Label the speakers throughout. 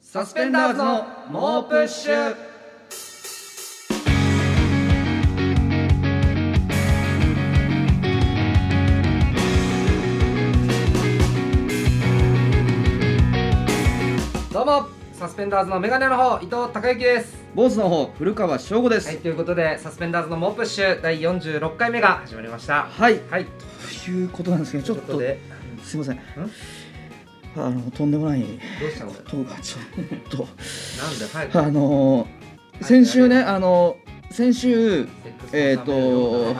Speaker 1: サスペンダーズの猛プッシュどうもサスペンダーズのメガネの方伊藤孝之です
Speaker 2: 坊主の方古川翔吾です
Speaker 1: は
Speaker 2: はいい、
Speaker 1: ということでサスペンダーズの猛プッシュ第46回目が始まりましたはい
Speaker 2: ということなんですけどち
Speaker 1: とい
Speaker 2: ょ
Speaker 1: う
Speaker 2: っ
Speaker 1: ことで
Speaker 2: すいませんあのとんでもない
Speaker 1: どうしたのなん
Speaker 2: ことがちょっ
Speaker 1: で早く
Speaker 2: とあの
Speaker 1: い
Speaker 2: 先週ねあの先週えーと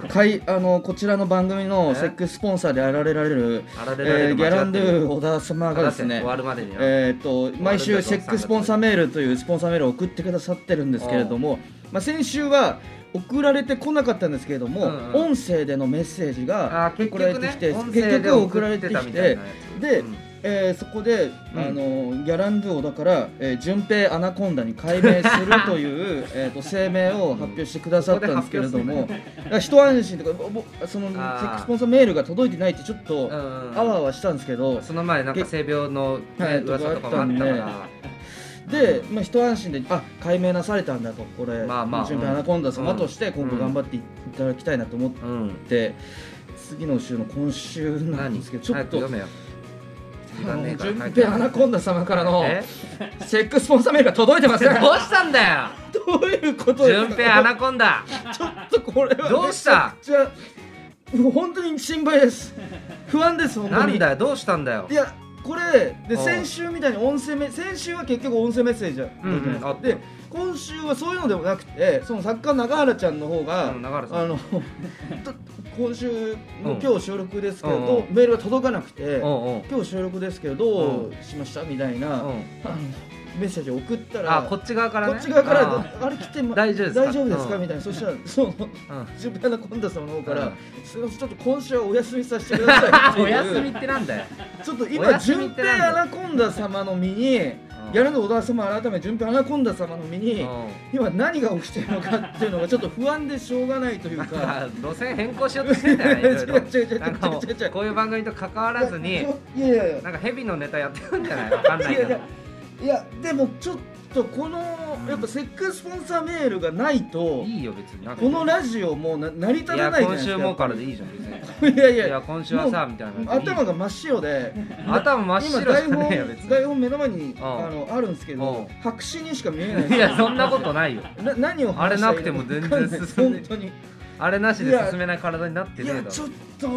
Speaker 1: と
Speaker 2: かいあのこちらの番組の
Speaker 1: え
Speaker 2: セックススポンサーであられられる、
Speaker 1: あら
Speaker 2: え
Speaker 1: れられ
Speaker 2: ー
Speaker 1: る
Speaker 2: ギャランドゥ
Speaker 1: 間違ってる
Speaker 2: 小田様が
Speaker 1: あだ
Speaker 2: で
Speaker 1: っ
Speaker 2: す
Speaker 1: て終
Speaker 2: ね
Speaker 1: わるまでには
Speaker 2: えー、と毎週セックススポンサーメールというスポンサーメールを送ってくださってるんですけれども、まあ、先週は送られてこなかったんですけれども、
Speaker 1: うんうん
Speaker 2: 音声でのメッセージ
Speaker 1: あ
Speaker 2: が
Speaker 1: ー結
Speaker 2: 送
Speaker 1: 局
Speaker 2: ら
Speaker 1: ね
Speaker 2: れてきて、
Speaker 1: 音声で
Speaker 2: 結局送られてき
Speaker 1: 送ってたみ
Speaker 2: て
Speaker 1: たいなやつ
Speaker 2: で、
Speaker 1: うん
Speaker 2: えーそこで、
Speaker 1: うん
Speaker 2: あのギャランドゥをだから、えー、順平アナコンダに改名する というえーと声明を発表してくださったんですけれども、だから一安心とかぼぼそのセ
Speaker 1: あー
Speaker 2: ックススポンサーメールが届いてないってちょっと
Speaker 1: う
Speaker 2: あ
Speaker 1: ん
Speaker 2: わあわしたんですけど、
Speaker 1: その前なんか性病の、ね
Speaker 2: はい
Speaker 1: 噂とかもあったから
Speaker 2: で、まあ、一安心であ解明なされたんだとこれ、
Speaker 1: まあまあ
Speaker 2: 順平
Speaker 1: うん
Speaker 2: アナコンダ様として
Speaker 1: うん
Speaker 2: 今後頑張っていただきたいなと思っ
Speaker 1: うん
Speaker 2: て、次の週の今週なんですけどちょっ
Speaker 1: 早く
Speaker 2: と
Speaker 1: 読めよ時間ね
Speaker 2: あ
Speaker 1: え
Speaker 2: の
Speaker 1: から
Speaker 2: 順
Speaker 1: 早く
Speaker 2: 平アナコンダ様からの
Speaker 1: え
Speaker 2: セックススポンサーメールが届いてません
Speaker 1: どうしたんだよ
Speaker 2: どういうことですか
Speaker 1: 順平アナコンダ
Speaker 2: ちょっとこれは
Speaker 1: どうした
Speaker 2: じゃあもう本当に心配です不安です 本当
Speaker 1: な
Speaker 2: に
Speaker 1: んだよどうしたんだよ
Speaker 2: いやこれで
Speaker 1: おう
Speaker 2: 先週みたいに音声メ先週は結局音声メッセージだったじゃないです
Speaker 1: うん
Speaker 2: か、
Speaker 1: うんあった
Speaker 2: で今週はそういうのでもなくてその作家中原ちゃんの方が、
Speaker 1: うん中原さん
Speaker 2: あのと今週の、
Speaker 1: うん
Speaker 2: 今日収録ですけれど、
Speaker 1: うんう
Speaker 2: メールが届かなくて、
Speaker 1: うんうん
Speaker 2: 今日収録ですけどどうしましたみたいな、
Speaker 1: う
Speaker 2: あの
Speaker 1: ん
Speaker 2: メッセージを送ったら
Speaker 1: あこっち側からね
Speaker 2: こっち側から
Speaker 1: あ
Speaker 2: あれ来て、ま、
Speaker 1: 大丈夫ですか
Speaker 2: か
Speaker 1: うん
Speaker 2: みたいなそしたらその
Speaker 1: ー
Speaker 2: 自分のコンダさんの方か
Speaker 1: う
Speaker 2: ら
Speaker 1: ん
Speaker 2: 「すいませんちょっと今週はお休みさせてください」っ
Speaker 1: うん
Speaker 2: て
Speaker 1: お休み
Speaker 2: い
Speaker 1: っ
Speaker 2: う
Speaker 1: てなんだよ
Speaker 2: ちょっと
Speaker 1: お
Speaker 2: 今
Speaker 1: 休みっ
Speaker 2: 順
Speaker 1: てなんだ
Speaker 2: 平アナコンダ様の身にやらぬ小田様改め順平アナコンダ様の身
Speaker 1: う
Speaker 2: に
Speaker 1: ん
Speaker 2: 今何が起きてるのかっていうのがちょっと不安でしょうがないというか。
Speaker 1: あ路線変更しようとしてんだよねいろいろ
Speaker 2: 違う違う違う
Speaker 1: なんかもう
Speaker 2: 違う違う違う
Speaker 1: こういう番組と関わらず
Speaker 2: い
Speaker 1: に
Speaker 2: やいやいや
Speaker 1: なんか蛇のネタやってるんじゃないわかんない
Speaker 2: い
Speaker 1: け
Speaker 2: やい
Speaker 1: ど
Speaker 2: やいやでもちょっとこのやっぱセックススポンサーメールがないと
Speaker 1: いいよ別になんか
Speaker 2: このラジオもうな成り立
Speaker 1: い
Speaker 2: た
Speaker 1: や
Speaker 2: ないじゃな
Speaker 1: 今
Speaker 2: いです
Speaker 1: 週
Speaker 2: か
Speaker 1: もからでいいじゃん別に
Speaker 2: いやい
Speaker 1: いや
Speaker 2: や
Speaker 1: 今週はさ
Speaker 2: もう
Speaker 1: みたいな
Speaker 2: 頭が真っ白で
Speaker 1: 頭真っ
Speaker 2: 今
Speaker 1: 白
Speaker 2: 台
Speaker 1: じゃねえよ別
Speaker 2: 本台本目の前にあのあるんですけ
Speaker 1: うん
Speaker 2: ど白紙にしか見えない
Speaker 1: にいやそんなことないよ
Speaker 2: な何を話したらいいのか分か
Speaker 1: あれなくても全然進んで
Speaker 2: 本当にい
Speaker 1: あれなしで進めない体になってねえ
Speaker 2: や
Speaker 1: だ
Speaker 2: ち
Speaker 1: ろ
Speaker 2: ょっと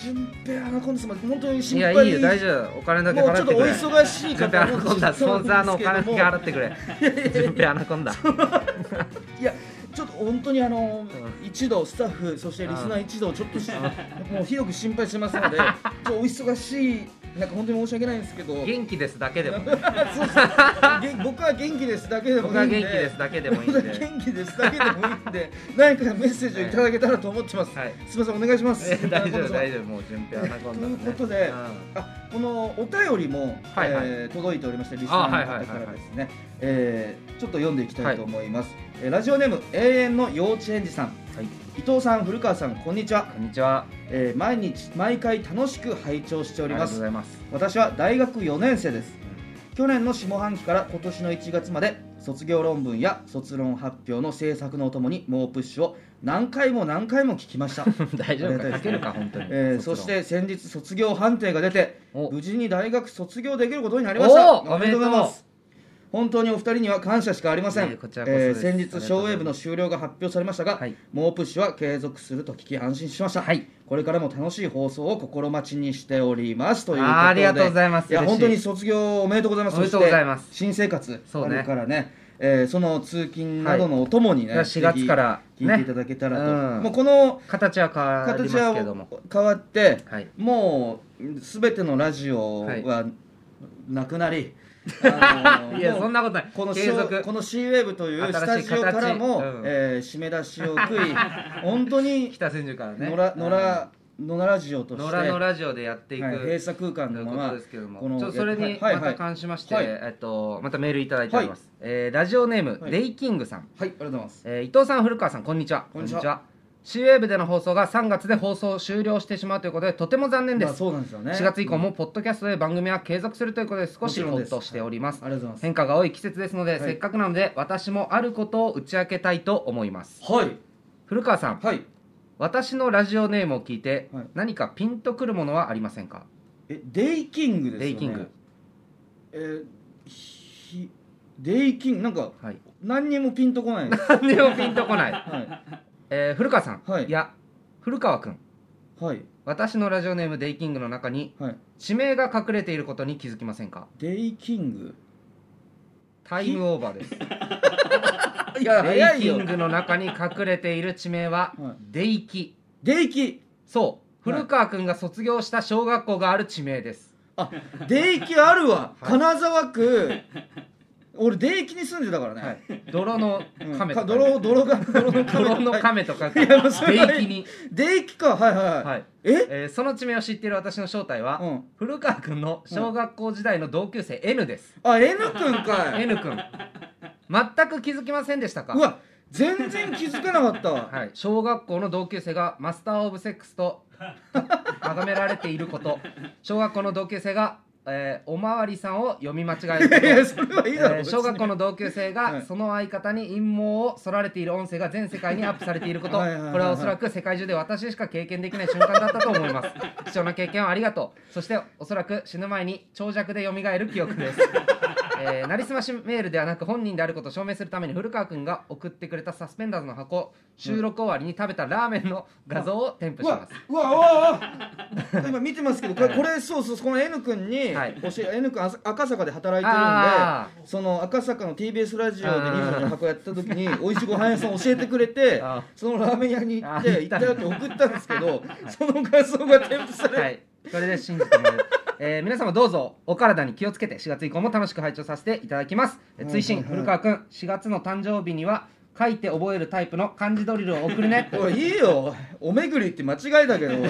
Speaker 2: 順平アナコンダ様本当に
Speaker 1: い
Speaker 2: 心
Speaker 1: や
Speaker 2: 配
Speaker 1: いいよ大丈夫お金だけ
Speaker 2: もうち
Speaker 1: 払っ
Speaker 2: ょってと
Speaker 1: く
Speaker 2: お
Speaker 1: れ
Speaker 2: 忙しい
Speaker 1: 順平ア
Speaker 2: 方
Speaker 1: ナコンダスポンサーのお金だけ払ってくれ順平アナコンダ
Speaker 2: いやちょっと本当にあの、
Speaker 1: う
Speaker 2: 一同スタッフそしてリスナー一同ちょっとしもうひどく心配してます のでちょっとお忙しいなんか本当に申し訳ないんですけど
Speaker 1: 元気ですだけでも
Speaker 2: そうそう 元僕は元気ですだけでもい
Speaker 1: 僕
Speaker 2: い
Speaker 1: は
Speaker 2: ん
Speaker 1: 元
Speaker 2: で
Speaker 1: 気ですだけでもいいん
Speaker 2: 僕
Speaker 1: で
Speaker 2: は元気ですだけでもいいんで何かメッセージをいただけたらと思ってます、
Speaker 1: はい
Speaker 2: すみませんお願いします、
Speaker 1: え大丈夫大
Speaker 2: 夫
Speaker 1: 丈夫もう順平アナコンダ
Speaker 2: ということであこのお便りも、
Speaker 1: はいはい
Speaker 2: えー届いておりましてリスナーの方からですねえーちょっと読んでいきたいと思います、えーラジオネーム永遠の幼稚園児さん
Speaker 1: はい
Speaker 2: 伊藤さん古川さんこんにちは、
Speaker 1: こんにちは
Speaker 2: えー毎日毎回楽しく拝聴して
Speaker 1: あ
Speaker 2: お
Speaker 1: り
Speaker 2: り
Speaker 1: が
Speaker 2: ま
Speaker 1: とうご
Speaker 2: す
Speaker 1: ざいます
Speaker 2: 私は大学4年生です去年の下半期から今年の1月まで卒業論文や卒論発表の制作のともに猛プッシュを何回も何回も聞きました、
Speaker 1: 大丈夫
Speaker 2: ありがたいです
Speaker 1: か書けるか本当に
Speaker 2: えー
Speaker 1: 卒
Speaker 2: そ
Speaker 1: 論
Speaker 2: して先日卒業判定が出て
Speaker 1: お
Speaker 2: 無事に大学卒業できることになりました
Speaker 1: おーおめでとう
Speaker 2: 本当にお二人には感謝しかありません、
Speaker 1: いえこちらこそです
Speaker 2: 先日ショーウェーブの終了が発表されましたが、
Speaker 1: はい
Speaker 2: 猛プッシュは継続すると聞き安心しました、
Speaker 1: はい
Speaker 2: これからも楽しい放送を心待ちにしておりますということで
Speaker 1: あーありがとうございます
Speaker 2: いや
Speaker 1: 嬉しい
Speaker 2: 本当に卒業おめでとうございます
Speaker 1: おめでとうございます
Speaker 2: そして新生活
Speaker 1: そ
Speaker 2: あ
Speaker 1: うね
Speaker 2: るからねえーその通勤などのおともにね、
Speaker 1: はいじゃあ4月から
Speaker 2: ぜひ聞いていただけたらと、
Speaker 1: ねうん
Speaker 2: もうこの
Speaker 1: 形は変わり
Speaker 2: 形
Speaker 1: ますけども
Speaker 2: は変わって、
Speaker 1: はい
Speaker 2: もうすべてのラジオはなくな り、あの
Speaker 1: いや
Speaker 2: もう
Speaker 1: そんなことない
Speaker 2: この
Speaker 1: 継続
Speaker 2: この C ウェーブというスタ
Speaker 1: 新しい
Speaker 2: ジオからも、
Speaker 1: 形うん
Speaker 2: えー締め出しを 食い本当に
Speaker 1: 北千住からね
Speaker 2: 野良野良野良ラジオとして
Speaker 1: 野良のラジオでやっていく、
Speaker 2: はい閉鎖空間
Speaker 1: とい
Speaker 2: の
Speaker 1: う
Speaker 2: ま
Speaker 1: こと
Speaker 2: ま
Speaker 1: ですけども
Speaker 2: この
Speaker 1: ちょっとそれ
Speaker 2: はい
Speaker 1: に
Speaker 2: はい
Speaker 1: また関しまして、
Speaker 2: はい
Speaker 1: えっと、またメールいただいております、えーラジオネーム、
Speaker 2: はい
Speaker 1: レイキングさん、
Speaker 2: はいありがとうございます
Speaker 1: えー伊藤さん古川さんこんにちは
Speaker 2: こんにちは
Speaker 1: シーウェーブでの放送が3月で放送終了してしまうということでとても残念です、
Speaker 2: まあそうなんですよね
Speaker 1: 4月以降もポッドキャストで番組は継続するということで少し
Speaker 2: もちろ
Speaker 1: ほ
Speaker 2: ん
Speaker 1: っ
Speaker 2: です
Speaker 1: としております、
Speaker 2: ありがとうござい
Speaker 1: 変化が多い季節ですので、
Speaker 2: はい
Speaker 1: せっかくなので私もあることを打ち明けたいと思います
Speaker 2: ますはい
Speaker 1: 古川さん
Speaker 2: はい
Speaker 1: 私のラジオネームを聞いて、
Speaker 2: はい
Speaker 1: 何かピンとくるものはありませんか
Speaker 2: えデイキングですよね
Speaker 1: デイキング
Speaker 2: えーひデイキングなんか
Speaker 1: はい
Speaker 2: 何にもピンとこないです
Speaker 1: 何でもピンとこない、
Speaker 2: は
Speaker 1: えー古川さん、
Speaker 2: はい
Speaker 1: や古川君
Speaker 2: いはい
Speaker 1: 私のラジオネームデイキングの中に
Speaker 2: はい
Speaker 1: 地名が隠れていることに気づきませんか
Speaker 2: デイキング
Speaker 1: タイムオーバーです
Speaker 2: いや
Speaker 1: デ
Speaker 2: 早
Speaker 1: イ
Speaker 2: い
Speaker 1: キ
Speaker 2: よ
Speaker 1: ングの中に隠れている地名は、
Speaker 2: はい
Speaker 1: デイキ
Speaker 2: デイキ
Speaker 1: そう
Speaker 2: はい
Speaker 1: 古川君が卒業した小学校がある地名です、
Speaker 2: あデイキあるわ、
Speaker 1: はい
Speaker 2: 金沢区俺デイキに住んでたからね、
Speaker 1: 泥の
Speaker 2: うん
Speaker 1: 亀
Speaker 2: か
Speaker 1: と書いて
Speaker 2: 泥泥が泥の亀
Speaker 1: 泥の亀と書く
Speaker 2: いやもうそれはい
Speaker 1: デイキに、
Speaker 2: デイキかはいはいはい、
Speaker 1: はい
Speaker 2: え
Speaker 1: えーその地名を知っている私の正体は、
Speaker 2: うん
Speaker 1: 古川君の小学校時代の同級生 N です、
Speaker 2: あ N 君かい
Speaker 1: N 君全く気づきませんでしたか
Speaker 2: うわ全然気づかなかったわ、
Speaker 1: はい、小学校の同級生がマスター・オブ・セックスと崇められていること小学校の同級生が、えーおまわりさんを読み間違える
Speaker 2: い、やいや
Speaker 1: こと
Speaker 2: それはいいだろ、
Speaker 1: えー小学校の同級生
Speaker 2: は
Speaker 1: が
Speaker 2: い
Speaker 1: その相方に陰謀を剃られている音声が全世界にアップされていることこ
Speaker 2: はいはいはいはい
Speaker 1: れはおそらく世界中で私しか経験できない瞬間だったと思い ます貴重な経験をありがとうそしておそらく死ぬ前に長尺で蘇る記憶 ですえーなりすましメールではなく本人であることを証明するために古川君が送ってくれたサスペンダーズの箱収録終わりに食べたラーメンの画像を添付
Speaker 2: う
Speaker 1: しま
Speaker 2: わ
Speaker 1: す
Speaker 2: うわう わうわ今見てますけどこれこれそうそうこの N 君に、
Speaker 1: はい
Speaker 2: 教え N 君あさ赤坂で働いてるん
Speaker 1: あ
Speaker 2: でその赤坂の TBS ラジオで
Speaker 1: あー
Speaker 2: 27の箱やった時においしいご飯屋さん教えてくれ て
Speaker 1: あー
Speaker 2: そのラーメン屋に行って
Speaker 1: あー
Speaker 2: 行ったよって送ったんですけどその画像が添付されて、
Speaker 1: はいこれで信じてもらえる、えー皆様どうぞお体に気をつけて4月以降も楽しく拝聴させていただきます、えー
Speaker 2: はい
Speaker 1: 追伸
Speaker 2: はいはい
Speaker 1: 古川君4月の誕生日には書いて覚えるタイプの漢字ドリルを送る ね
Speaker 2: おいいいよおめぐりって間違いだけど 俺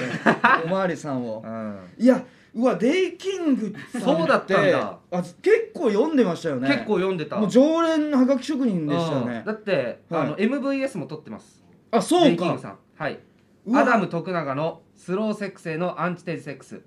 Speaker 2: おまわりさんを
Speaker 1: うん
Speaker 2: いやうわデイキングさんて
Speaker 1: そうだったんだ
Speaker 2: あ結構読んでましたよね
Speaker 1: 結構読んでた
Speaker 2: もう常連のハガキ職人でしたよ
Speaker 1: う
Speaker 2: ね
Speaker 1: んだって、
Speaker 2: はい
Speaker 1: あの MVS も撮ってます
Speaker 2: あそ
Speaker 1: レ
Speaker 2: う
Speaker 1: イキン
Speaker 2: か
Speaker 1: グさんはいう
Speaker 2: わ
Speaker 1: アダム徳永のスローセックスへのアンチテーゼセックス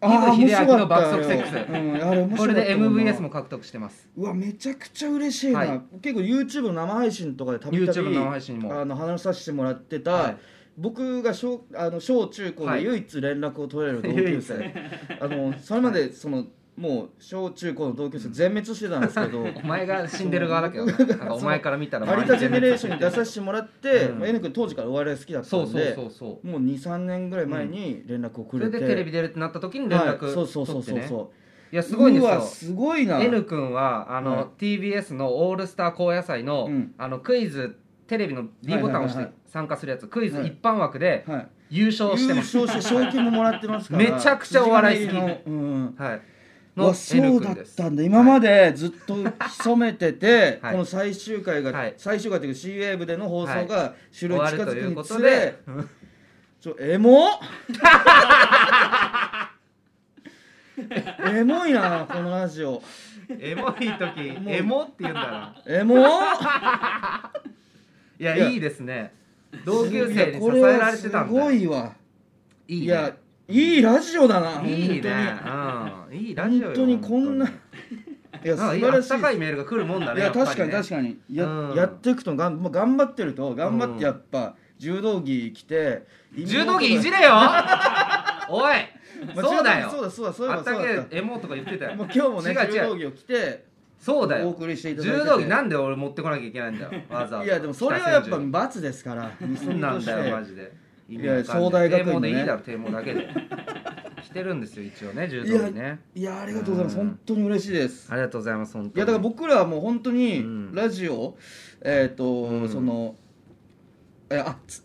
Speaker 2: あー
Speaker 1: キム秀明の
Speaker 2: 面白かった
Speaker 1: 爆速セックス
Speaker 2: あれうんあれ面白かったもんな
Speaker 1: これで MVS も獲得してます
Speaker 2: うわめちゃくちゃ嬉しいな、
Speaker 1: はい
Speaker 2: 結構 YouTube の生配信とかでたびたび
Speaker 1: YouTube の生配信も
Speaker 2: あの話させてもらってた、
Speaker 1: はい
Speaker 2: 僕が小あの小中高
Speaker 1: は
Speaker 2: で
Speaker 1: い
Speaker 2: 唯一連絡を取れる同 級生、あのそれまでそのもう小中高の同級生全滅してたんですけど
Speaker 1: お前が死んでる側だけどな
Speaker 2: そうん
Speaker 1: かお前から見たら
Speaker 2: 「 有田ジェネレーション」に出
Speaker 1: さ
Speaker 2: させてもらって、
Speaker 1: うん
Speaker 2: まあ N 君当時からお笑い好きだった
Speaker 1: そうん
Speaker 2: で
Speaker 1: そうそうそう
Speaker 2: もう23年ぐらい前に連絡
Speaker 1: そ
Speaker 2: をく
Speaker 1: れ
Speaker 2: れて、
Speaker 1: でテレビ出るってなった時に連絡
Speaker 2: はい、そうそうそ
Speaker 1: 取
Speaker 2: う
Speaker 1: って
Speaker 2: そう
Speaker 1: ね
Speaker 2: そう
Speaker 1: いやすごいんです
Speaker 2: うわ
Speaker 1: よ
Speaker 2: すごいな
Speaker 1: N 君はあの、
Speaker 2: はい
Speaker 1: TBS の「オールスター高野菜の」
Speaker 2: うん
Speaker 1: あのクイズテレビの D ボタンを押
Speaker 2: はいはいは
Speaker 1: し
Speaker 2: い
Speaker 1: て参加するやつ、クイ
Speaker 2: は
Speaker 1: ズ
Speaker 2: い
Speaker 1: 一般枠で
Speaker 2: はい、
Speaker 1: 優勝して
Speaker 2: 優
Speaker 1: ます、
Speaker 2: 勝して賞金ももらってますから
Speaker 1: めちゃくちゃお笑い好き
Speaker 2: の、うん、
Speaker 1: はい、
Speaker 2: うわ
Speaker 1: の
Speaker 2: そ
Speaker 1: N
Speaker 2: うだ
Speaker 1: 君
Speaker 2: っ
Speaker 1: です
Speaker 2: たんだ今までずっと潜めてて、
Speaker 1: はい
Speaker 2: この最終回が、
Speaker 1: はい
Speaker 2: 最終回というか C ウェーブでの放送が
Speaker 1: 終
Speaker 2: 終了に
Speaker 1: わ
Speaker 2: 近
Speaker 1: るとい
Speaker 2: づ
Speaker 1: う
Speaker 2: く
Speaker 1: こ
Speaker 2: に
Speaker 1: と
Speaker 2: つれ、
Speaker 1: で
Speaker 2: ちょ エモエモいなこのラジオ
Speaker 1: エモい時
Speaker 2: もう
Speaker 1: エモって言うんだな
Speaker 2: エモ
Speaker 1: いや
Speaker 2: いや
Speaker 1: いいですね 同級生に
Speaker 2: こ
Speaker 1: 支
Speaker 2: れ
Speaker 1: えら
Speaker 2: は
Speaker 1: れて
Speaker 2: す
Speaker 1: たん
Speaker 2: ご
Speaker 1: だい
Speaker 2: いわ
Speaker 1: い
Speaker 2: い
Speaker 1: ね
Speaker 2: やいいラジオだない
Speaker 1: いねうんいいラジオよ
Speaker 2: 本当にこんな
Speaker 1: 本
Speaker 2: いや素
Speaker 1: 当になん
Speaker 2: 晴
Speaker 1: かあ
Speaker 2: ら
Speaker 1: っ
Speaker 2: したい
Speaker 1: かいメールが来るもんだ
Speaker 2: い
Speaker 1: ね
Speaker 2: や
Speaker 1: っぱり
Speaker 2: 確かに
Speaker 1: ね
Speaker 2: 確かにや,、
Speaker 1: うん
Speaker 2: やっていくとがん、まあ、頑張ってると頑張っ
Speaker 1: うん
Speaker 2: てやっぱ柔道着着て
Speaker 1: 柔道着いじ
Speaker 2: れ
Speaker 1: れ よおいそうだよ
Speaker 2: そうだそうだそうだ
Speaker 1: あっ
Speaker 2: そう
Speaker 1: た
Speaker 2: だ
Speaker 1: けエモとか言ってた
Speaker 2: もう
Speaker 1: よ
Speaker 2: 今日もね
Speaker 1: 違う違う
Speaker 2: 柔道着を着て
Speaker 1: そうだ
Speaker 2: お
Speaker 1: よ
Speaker 2: 送りしていただいて
Speaker 1: 柔
Speaker 2: て
Speaker 1: 道着なんで俺持ってこなきゃいけないんだよわざわざ
Speaker 2: いやでもそれはやっぱ
Speaker 1: 北千
Speaker 2: 罰ですから
Speaker 1: 住そう なんだよマ
Speaker 2: ジ
Speaker 1: ジで
Speaker 2: いや
Speaker 1: 意味わかんない
Speaker 2: 総大学院のね
Speaker 1: 帝王でいいだろ帝王だけ で着てるんですよ一応ね柔道着ね
Speaker 2: いやありがとうございます
Speaker 1: うん
Speaker 2: 本当に嬉しいです
Speaker 1: ありがとうございます本
Speaker 2: い
Speaker 1: 当に
Speaker 2: やだから僕らはもう本当に
Speaker 1: うん
Speaker 2: ラジオ、えっ、と、
Speaker 1: ん
Speaker 2: そのえあつ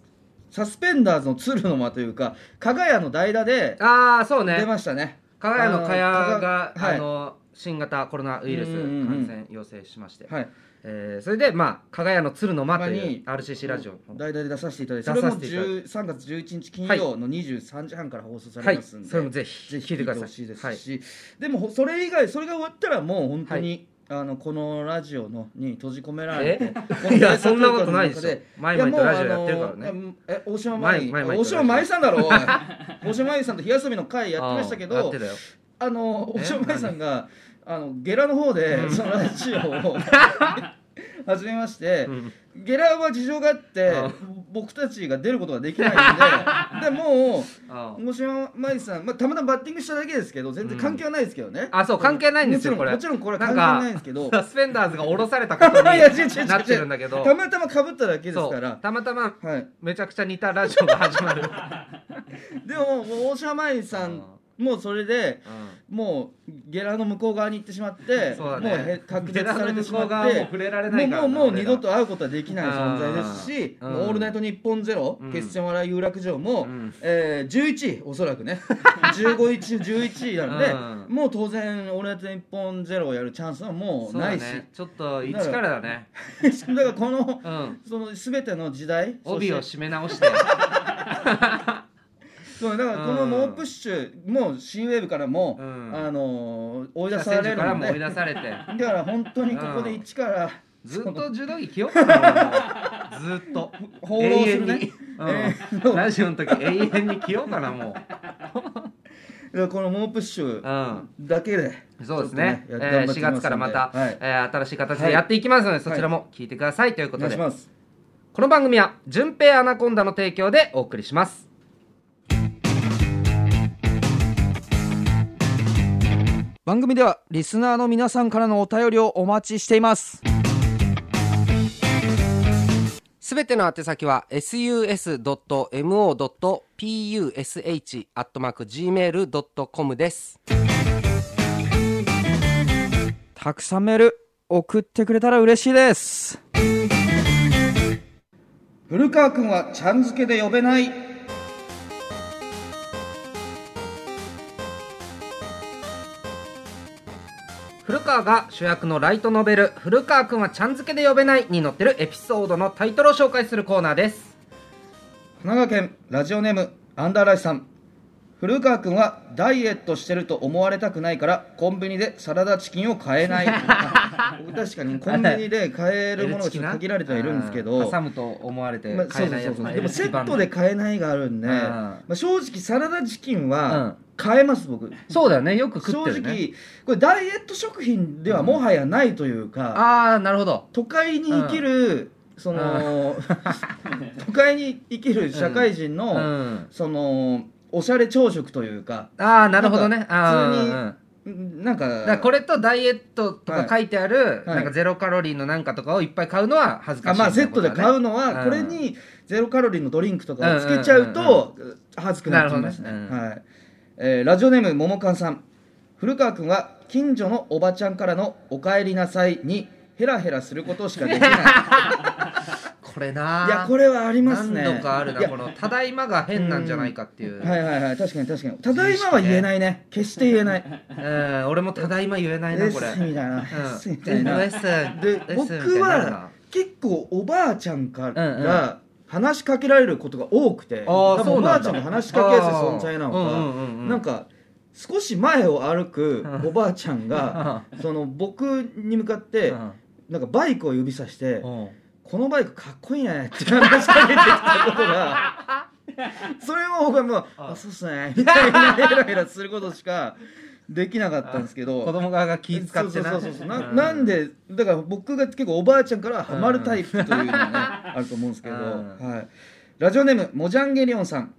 Speaker 2: サスペンダーズの鶴の間というか加賀屋の代打で
Speaker 1: ああそうね
Speaker 2: 出ましたね
Speaker 1: 加賀屋の加谷が
Speaker 2: あー加賀は
Speaker 1: あ
Speaker 2: い
Speaker 1: の新型コロナウイルス感染陽性しまして、
Speaker 2: はい
Speaker 1: えーそれでまあ加賀屋の鶴の間と
Speaker 2: 間
Speaker 1: いう
Speaker 2: に
Speaker 1: RCC ラジオの
Speaker 2: 代打で出させていただいてそ
Speaker 1: 出
Speaker 2: れ
Speaker 1: さ
Speaker 2: も
Speaker 1: せていただいて
Speaker 2: 10 3月11日金曜の23時半から放送されますんで、
Speaker 1: それもぜひ
Speaker 2: ぜひ
Speaker 1: 聞
Speaker 2: 聞
Speaker 1: いて
Speaker 2: いて
Speaker 1: くだ
Speaker 2: ほ
Speaker 1: さ
Speaker 2: しい
Speaker 1: い
Speaker 2: です
Speaker 1: はい
Speaker 2: し、でもほそれ以外それが終わったらもう本当にあのこのラジオのに閉じ込められて
Speaker 1: え
Speaker 2: この
Speaker 1: いや
Speaker 2: 制作
Speaker 1: そんなことないでしょ
Speaker 2: 局の
Speaker 1: マ
Speaker 2: 中
Speaker 1: イマイとラジオやってるからね
Speaker 2: いやもうあのえ大島麻衣
Speaker 1: マイマイマイとラジオ
Speaker 2: 大島麻衣さんだろおい大島麻衣さんと火遊びの会やってましたけ
Speaker 1: ああやっ
Speaker 2: ど
Speaker 1: てた よ
Speaker 2: あの
Speaker 1: え
Speaker 2: 大島麻衣さんがあのゲラの方でそのラジオを始めまして、
Speaker 1: うん
Speaker 2: ゲラは事情があって
Speaker 1: あ
Speaker 2: 僕たちが出ることができないの ででもう
Speaker 1: あ
Speaker 2: 大島麻衣さん、まあ、たまたまバッティングしただけですけど全然関係はないですけどね、
Speaker 1: あそう関係ないんですよこ
Speaker 2: もちろ
Speaker 1: れ
Speaker 2: んもちろんこれ
Speaker 1: な
Speaker 2: は関
Speaker 1: ん
Speaker 2: 係
Speaker 1: か
Speaker 2: ないんですけど
Speaker 1: サスペンダーズが下ろされたことに
Speaker 2: いや違う違う違う違う
Speaker 1: なってるんだけど
Speaker 2: たまたまかぶっただけです
Speaker 1: そ
Speaker 2: か
Speaker 1: う
Speaker 2: ら
Speaker 1: たまたま
Speaker 2: はい
Speaker 1: めちゃくちゃ似たラジオが始まる
Speaker 2: でももう大島麻衣 さんもうそれで
Speaker 1: う
Speaker 2: もうゲラの向こう側に行ってしまって
Speaker 1: そうだ
Speaker 2: もう
Speaker 1: ね
Speaker 2: へ確
Speaker 1: ん、デ
Speaker 2: 実
Speaker 1: ラ
Speaker 2: さ
Speaker 1: の
Speaker 2: れて
Speaker 1: 向
Speaker 2: し
Speaker 1: こ
Speaker 2: ま
Speaker 1: う
Speaker 2: っ
Speaker 1: 側はもう
Speaker 2: て
Speaker 1: 触れられな
Speaker 2: も
Speaker 1: いうから
Speaker 2: も
Speaker 1: な
Speaker 2: うもう
Speaker 1: 俺
Speaker 2: 二
Speaker 1: ら
Speaker 2: 度と会うことはできない存在ですし「
Speaker 1: うん
Speaker 2: もうオールナイトニッポンゼロ、
Speaker 1: うん
Speaker 2: 決戦笑い有楽城も」
Speaker 1: うん
Speaker 2: えー11位おそらくね 15位中11位なので、
Speaker 1: う
Speaker 2: もう当然「オールナイトニッポンゼロをやるチャンスはもう
Speaker 1: そうだ
Speaker 2: ないし
Speaker 1: ねちょっと一からだね
Speaker 2: だからこの
Speaker 1: うん
Speaker 2: その全ての時代
Speaker 1: 帯を
Speaker 2: そして
Speaker 1: 締め直 して
Speaker 2: そうだからこの
Speaker 1: うん
Speaker 2: 猛プッシュもうシーウェーブからも、
Speaker 1: うん
Speaker 2: あのー追い出さ
Speaker 1: 選
Speaker 2: れ
Speaker 1: 手
Speaker 2: る
Speaker 1: から
Speaker 2: の
Speaker 1: も
Speaker 2: で
Speaker 1: 追い出さ れて
Speaker 2: だから本当にここで一から、
Speaker 1: ずっと柔道着着ようかなもうずっと
Speaker 2: 放浪するね
Speaker 1: 永
Speaker 2: 永
Speaker 1: 遠 に、うん、ラジオの時永遠に着ようかなも
Speaker 2: だからこの猛プッシ
Speaker 1: う、う
Speaker 2: ュ
Speaker 1: ん、
Speaker 2: だけで、
Speaker 1: そうですね
Speaker 2: ちょっと
Speaker 1: えー
Speaker 2: やって
Speaker 1: 4
Speaker 2: 頑張
Speaker 1: 月
Speaker 2: ってきますんで
Speaker 1: からまた、
Speaker 2: はい
Speaker 1: えー新しい形でやっていきますので、そちらも聞いてくださいというこ
Speaker 2: お
Speaker 1: と
Speaker 2: 願い
Speaker 1: で
Speaker 2: します
Speaker 1: この番組は「順平アナコンダ」の提供でお送りします
Speaker 2: 番組ではリスナーの皆さんからのお便りをお待ちしています
Speaker 1: すべての宛先は sus.mo.push.gmail.com です
Speaker 2: たくさんメール送ってくれたら嬉しいです古川君はちゃん付けで呼べない
Speaker 1: 古川が主役のライトノベル「古川くんはちゃん付けで呼べない」に載ってるエピソードのタイトルを紹介するコーナーです
Speaker 2: 神奈川県ラジオネームアンダーライスさん古川君はダイエットしてると思われたくないからコンビニでサラダチキンを買え ないあ確かにコンビニで買えるものがちょっと限られてはいるんですけ
Speaker 1: う
Speaker 2: ど
Speaker 1: 挟むと思われて
Speaker 2: まあ、そ
Speaker 1: 買
Speaker 2: う
Speaker 1: え
Speaker 2: そ
Speaker 1: な
Speaker 2: う
Speaker 1: い
Speaker 2: そ
Speaker 1: や
Speaker 2: う
Speaker 1: つ
Speaker 2: そう
Speaker 1: ね
Speaker 2: でもセットで買えないがあるんで、
Speaker 1: うん
Speaker 2: まあ、正直サラダチキン
Speaker 1: う
Speaker 2: は
Speaker 1: ん
Speaker 2: 買えます僕、
Speaker 1: そうだよねよく食
Speaker 2: 正
Speaker 1: ってるね
Speaker 2: 直これダイエット食品ではもはやないというか、
Speaker 1: ああなるほど
Speaker 2: 都会に生きる、その 都会に生きる社会人
Speaker 1: う
Speaker 2: の、
Speaker 1: ん
Speaker 2: そのおしゃれ朝食というか
Speaker 1: ああなるほどね
Speaker 2: なん
Speaker 1: あ
Speaker 2: か
Speaker 1: ー
Speaker 2: 普通に
Speaker 1: うんうん
Speaker 2: んなんか
Speaker 1: だからこれとダイエットとか書いてある、
Speaker 2: いはい
Speaker 1: なんかゼロカロリーのなんかとかをいっぱい買うのは恥ずか
Speaker 2: あ
Speaker 1: しい
Speaker 2: まあセットで買う
Speaker 1: の
Speaker 2: のは、
Speaker 1: うん
Speaker 2: これにゼロカロリーのドリンクとかをつけちゃうと、恥ずくなっちゃいますね
Speaker 1: なるほどね
Speaker 2: はいえーラジオネームももかんさん古川君は近所のおばちゃんからの「おかえりなさい」にヘラヘラすることし かできない
Speaker 1: これないい
Speaker 2: やこれはありますね
Speaker 1: 何度かある
Speaker 2: い
Speaker 1: な
Speaker 2: や
Speaker 1: この「ただいま」が変なんじゃないかっていう、
Speaker 2: はいはいはい確かに確かにただいまは言えないね決して言え ない「
Speaker 1: うん俺も「ただいま」言えない
Speaker 2: で
Speaker 1: な
Speaker 2: す
Speaker 1: これ」
Speaker 2: みたいな「です」みたいな
Speaker 1: うんです
Speaker 2: で
Speaker 1: です
Speaker 2: 僕
Speaker 1: みたいな
Speaker 2: は結構おばあちゃんか
Speaker 1: うん
Speaker 2: ら話しかけられることが多くて、
Speaker 1: ー
Speaker 2: 多分
Speaker 1: そう
Speaker 2: おば
Speaker 1: な
Speaker 2: あ
Speaker 1: んだ
Speaker 2: ちゃんが話しかけやすい存在なのか、
Speaker 1: あーうんうんうんうん
Speaker 2: なんか少し前を歩く
Speaker 1: うん
Speaker 2: おばあちゃんが、その僕に向かって、なんかバイクを指さして、
Speaker 1: うん
Speaker 2: このバイクかっこいいねって話しかけてきたことがそれも僕はもう「
Speaker 1: あ
Speaker 2: あそうっすね」みたいなヘラヘラすることしかできなかったんですけど
Speaker 1: 子供側が気使ってな
Speaker 2: そうそうそうそうな
Speaker 1: う
Speaker 2: なんでだから僕が結構おばあちゃんからハマるタイプというのがね、 あると思うんですけど、
Speaker 1: うん
Speaker 2: はい、ラジオネームモジャンゲリオンさん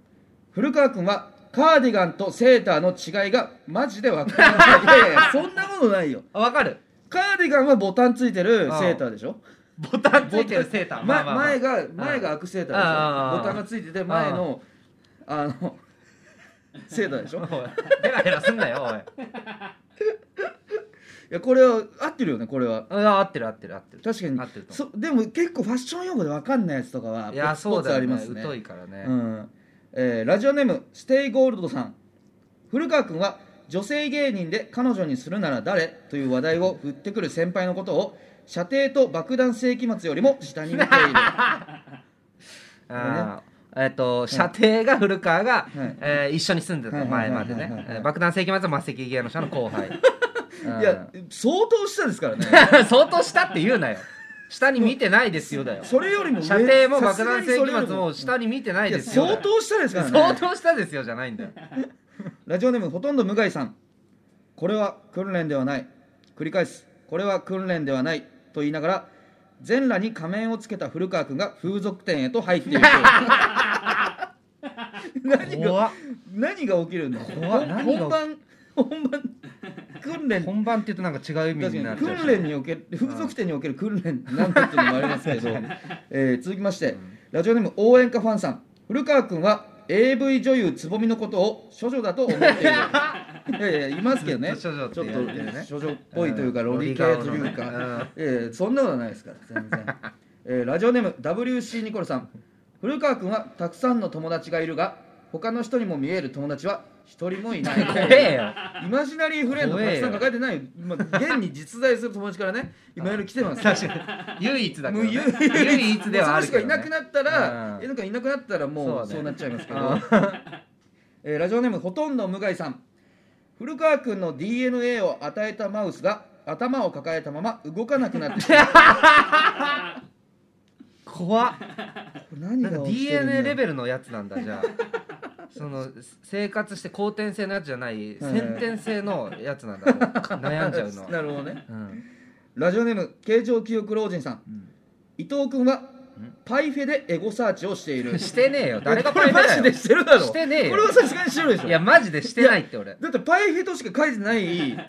Speaker 2: 古川君はカーディガンとセーターの違いがマジで分からな いいやいやそんなことないよ
Speaker 1: あわかる
Speaker 2: カーディガンはボタンついてるセーターでしょ
Speaker 1: ボタンついてるセーター
Speaker 2: ま
Speaker 1: まあまあまあ
Speaker 2: 前が前がアクセーターでし
Speaker 1: あ
Speaker 2: ょボタンがついてて前のあの セーターでしょ
Speaker 1: おいヘラヘラすんなよおい
Speaker 2: いやこれは合ってるよねこれは
Speaker 1: うんあ合ってる合ってる合ってる
Speaker 2: 確かに
Speaker 1: 合ってると思
Speaker 2: そでも結構ファッション用語で分かんないやつとかは
Speaker 1: ういや
Speaker 2: ポツポ
Speaker 1: そう
Speaker 2: ツ
Speaker 1: だ
Speaker 2: あ
Speaker 1: よ
Speaker 2: りま
Speaker 1: ね
Speaker 2: すね
Speaker 1: 疎いからね、
Speaker 2: うんえーラジオネームステイゴールドさん古川君は女性芸人で彼女にするなら誰という話題を振ってくる先輩のことを射程と爆弾世紀末よりも下に見ている
Speaker 1: あーえっと射程が古川が、
Speaker 2: い
Speaker 1: えー一緒に住んでた前まで
Speaker 2: はいはいはいはい
Speaker 1: ね
Speaker 2: はい
Speaker 1: えー爆弾世紀末は末席芸能者の後輩うん
Speaker 2: いや相当したですからね
Speaker 1: 相当下って言うなよ下に見てないですよだよ
Speaker 2: それよりも
Speaker 1: 射程も
Speaker 2: さ
Speaker 1: 爆
Speaker 2: すが
Speaker 1: 弾
Speaker 2: にそ
Speaker 1: 性期
Speaker 2: れより
Speaker 1: 末も下に見てない
Speaker 2: い
Speaker 1: で
Speaker 2: や
Speaker 1: すよ
Speaker 2: 相当したですからね
Speaker 1: 相当下ですよじゃないんだよ
Speaker 2: ラジオネームほとんど向井さんこれは訓練ではない繰り返すこれは訓練ではないと言いながら全裸に仮面をつけた古川君が風俗店へと 入っていく何が
Speaker 1: 怖っ
Speaker 2: 何が起きるんだ
Speaker 1: 怖い何が起き
Speaker 2: 本番本番訓練
Speaker 1: 本番って言うとなんか違う意味になっ
Speaker 2: 確
Speaker 1: ち
Speaker 2: か
Speaker 1: ゃう
Speaker 2: に訓練における風俗店における訓練なんだっていうのもあります けど、えー続きましてラジオネーム応援歌ファンさん古川君は AV 女優つぼみのことを処女だと思って いるいやいやいますけどね
Speaker 1: ずっと処女って
Speaker 2: ちょっ
Speaker 1: 言わ
Speaker 2: と
Speaker 1: れてるね
Speaker 2: 処女っぽいというか、
Speaker 1: うん
Speaker 2: ロリ系という
Speaker 1: ロリ顔の
Speaker 2: か
Speaker 1: ね、
Speaker 2: えーそんなことはないですから全然、えーラジオネーム WC ニコルさん古川君はたくさんの友達がいるが他の人にも見える友達は一人もいない
Speaker 1: 怖えよ
Speaker 2: イマジナリーフレンドたくさん抱えてない、まあ、現に実在する友達か らね今より来てます
Speaker 1: 確かに唯一だけど、ね、
Speaker 2: もう
Speaker 1: 唯一ではあるけど、ね、
Speaker 2: もうその人いなくなったら
Speaker 1: うん
Speaker 2: えなんかいなくなったらもう
Speaker 1: そうだね
Speaker 2: そうなっちゃいますけど、
Speaker 1: あ
Speaker 2: えーラジオネームほとんど向井さん古川君の DNA を与えたマウスが頭を抱えたまま動かなくなって きた
Speaker 1: 怖っ
Speaker 2: 何
Speaker 1: なん
Speaker 2: が
Speaker 1: か
Speaker 2: 起きてるんだ
Speaker 1: DNA レベルのやつなんだじゃあ その生活して後天性のやつじゃない
Speaker 2: はい
Speaker 1: 先天性のやつなん だ悩んじゃうの
Speaker 2: な
Speaker 1: は、
Speaker 2: るほどね
Speaker 1: うん、
Speaker 2: ラジオネーム形状記憶老人さん、
Speaker 1: ん
Speaker 2: 伊藤君はパイフェでエゴサーチをしている
Speaker 1: してねえよ誰が
Speaker 2: これ
Speaker 1: パイ
Speaker 2: マ
Speaker 1: フェ
Speaker 2: ジ
Speaker 1: だ
Speaker 2: で
Speaker 1: よ
Speaker 2: してるだろ
Speaker 1: してねえよ
Speaker 2: これはさすがにしてるでしょ
Speaker 1: いやマジでしてないって俺
Speaker 2: だってパイフェとしか書いてない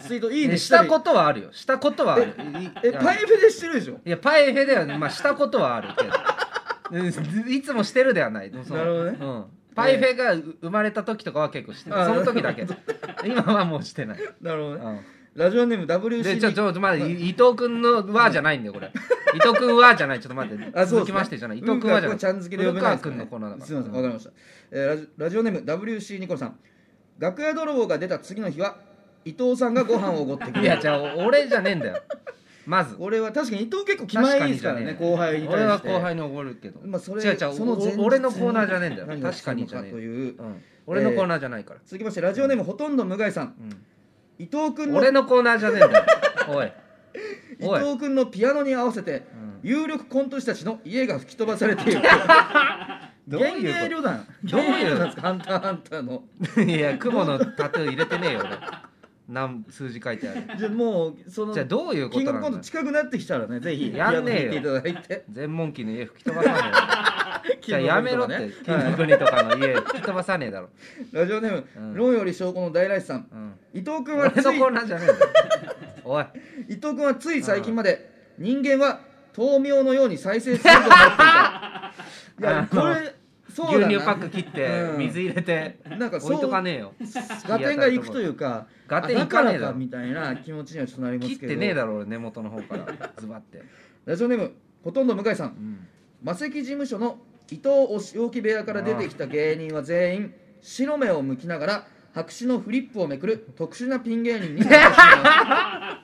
Speaker 2: ツイートいいね
Speaker 1: ね
Speaker 2: し
Speaker 1: したた
Speaker 2: り
Speaker 1: ことはあるよしたことはある
Speaker 2: え
Speaker 1: いや
Speaker 2: パイフェでしてるでしょ
Speaker 1: いやパイフェではまあしたことはある けどいつもしてるではないその
Speaker 2: なるほどね
Speaker 1: うん、パイフェが生まれた時とかは結構してる
Speaker 2: あ
Speaker 1: そ
Speaker 2: ー
Speaker 1: の時だ け今はもうしてない、
Speaker 2: なるほどね
Speaker 1: うん
Speaker 2: ラジオネーム WC
Speaker 1: でちょちょまだい伊藤君のはじゃないんだよ これ伊藤君はじゃないちょっと待って
Speaker 2: あそう
Speaker 1: 続き
Speaker 2: ですね
Speaker 1: ましてじゃない伊藤君はじゃな
Speaker 2: うんこれ
Speaker 1: い
Speaker 2: ちゃん付けで呼べないですか、ね、
Speaker 1: 古川君の子なんだから
Speaker 2: すみませんわかりました、えーラジラジオネーム WC ニコルさん楽屋泥棒が出た次の日は伊藤さんがご飯をおごってく
Speaker 1: い
Speaker 2: れ
Speaker 1: や
Speaker 2: る
Speaker 1: じゃあ俺じゃねえんだよまず
Speaker 2: 俺は確かに伊藤結構気前いいですからね
Speaker 1: 確かにじ
Speaker 2: 後
Speaker 1: ゃねえ
Speaker 2: 輩に対して
Speaker 1: 俺は後輩におごるけど、
Speaker 2: まあそれ
Speaker 1: 違う違う
Speaker 2: その前日に
Speaker 1: お俺のコーナーじゃねえんだよ
Speaker 2: 何が起
Speaker 1: 確
Speaker 2: きて
Speaker 1: かにじ
Speaker 2: るの
Speaker 1: ゃ
Speaker 2: か
Speaker 1: ねえ
Speaker 2: という、
Speaker 1: うん、俺のコーナーじゃないから、
Speaker 2: 続きましてラジオネームほとんど向井さん伊藤
Speaker 1: う
Speaker 2: 君
Speaker 1: ん、
Speaker 2: の
Speaker 1: 俺のコーナーじゃねえんだよお い
Speaker 2: 伊
Speaker 1: おい
Speaker 2: 藤君のピアノに合わせて、有力コント師たちの家が吹き飛ばされてい る
Speaker 1: どういうこと
Speaker 2: 幻影旅団
Speaker 1: どういう
Speaker 2: 幻影旅団ですかハンターハンターの
Speaker 1: いや雲のタトゥー入れてねえよ俺何数字書いてある
Speaker 2: じゃあもうその
Speaker 1: じゃあどういうこ
Speaker 2: キン
Speaker 1: と
Speaker 2: グオ
Speaker 1: な
Speaker 2: ブコ
Speaker 1: ん
Speaker 2: ン
Speaker 1: だ
Speaker 2: ト近くなってきたらねぜひ
Speaker 1: やんねえよ
Speaker 2: ピアノ弾いていただいて
Speaker 1: 全問記の家吹き飛ばさねえよじゃあやめろって、
Speaker 2: キン
Speaker 1: 金
Speaker 2: グオブコント
Speaker 1: の国とか
Speaker 2: がねはい
Speaker 1: の家吹き飛ばさねえだろ。
Speaker 2: ラジオネーム、
Speaker 1: うん
Speaker 2: 論より証拠の大来さん
Speaker 1: うん。
Speaker 2: 伊藤君は
Speaker 1: 俺
Speaker 2: つい
Speaker 1: のコーナーじゃねえんだよ。おい、
Speaker 2: 伊藤君はつい最近まで人間は豆苗のように再生すると思ってい たいやこれそうだな
Speaker 1: 牛乳パック切って、
Speaker 2: うん
Speaker 1: 水入れて、
Speaker 2: なんかそう
Speaker 1: 置いとかねえよ。
Speaker 2: 合点がいくというか
Speaker 1: 合点
Speaker 2: あ
Speaker 1: いかねえだろ
Speaker 2: だからかみたいな気持ちにはちょっとなります
Speaker 1: 切
Speaker 2: け
Speaker 1: っ
Speaker 2: ど
Speaker 1: てねえだろ、俺根元の方から、ズバって。
Speaker 2: ラジオネームほとんど向井さ
Speaker 1: うんん。
Speaker 2: 魔石事務所の伊藤お仕置き部屋から出てきた芸人は全員白目を向きながら白紙のフリップをめくる特殊なピン芸人になってしま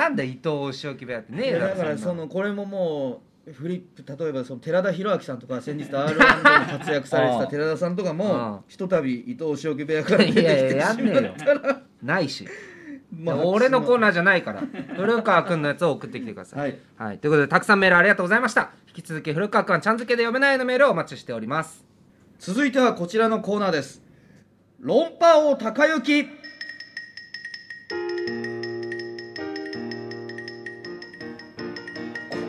Speaker 1: なんで伊藤お仕置き部屋ってね
Speaker 2: うい
Speaker 1: え
Speaker 2: や
Speaker 1: だろ。
Speaker 2: だから
Speaker 1: そ
Speaker 2: そ
Speaker 1: んな
Speaker 2: のこれももうフリップ例えばその寺田裕明さんとか先日 r 1で活躍さ れてた寺田さんとか
Speaker 1: ああ
Speaker 2: もひとたび伊藤お仕置き部屋から出てき
Speaker 1: いやい
Speaker 2: て
Speaker 1: やや
Speaker 2: し
Speaker 1: んねえ
Speaker 2: ま
Speaker 1: よ
Speaker 2: ったら
Speaker 1: ないし。
Speaker 2: まあ
Speaker 1: 俺のコー
Speaker 2: ー
Speaker 1: ナーじゃないから。古川君のやつを送ってきてください。
Speaker 2: はい。
Speaker 1: ということで、たくさんメールありがとうございました。引き続き、古川君はちゃん付けで読めないのメールをお待ちしております。
Speaker 2: 続いてはこちらのコーナーです論破王高行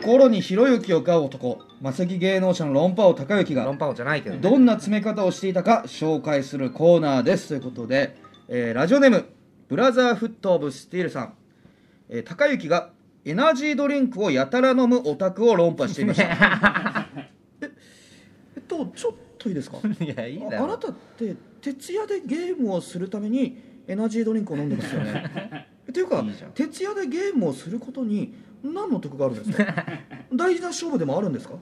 Speaker 2: 心にひろゆきを飼う男魔石芸能者の論破王高行
Speaker 1: ロ
Speaker 2: が
Speaker 1: ンパオじゃないけどね。
Speaker 2: どんな詰め方をしていたか紹介するコーナーですということで、えーラジオネームブラザーフット・オブ・スティールさん、えー、高行がエナジードリンクをやたら飲むオタクを論破していました ええっとちょっと いいですか
Speaker 1: いや、いいだ
Speaker 2: あ
Speaker 1: ろ。
Speaker 2: あなたって徹夜でゲームをするためにエナジードリンクを飲んでますよ ねっていうか
Speaker 1: いいじゃん
Speaker 2: 徹夜でゲームをすることに何の得があるんですか 大事な勝負でもあるんですか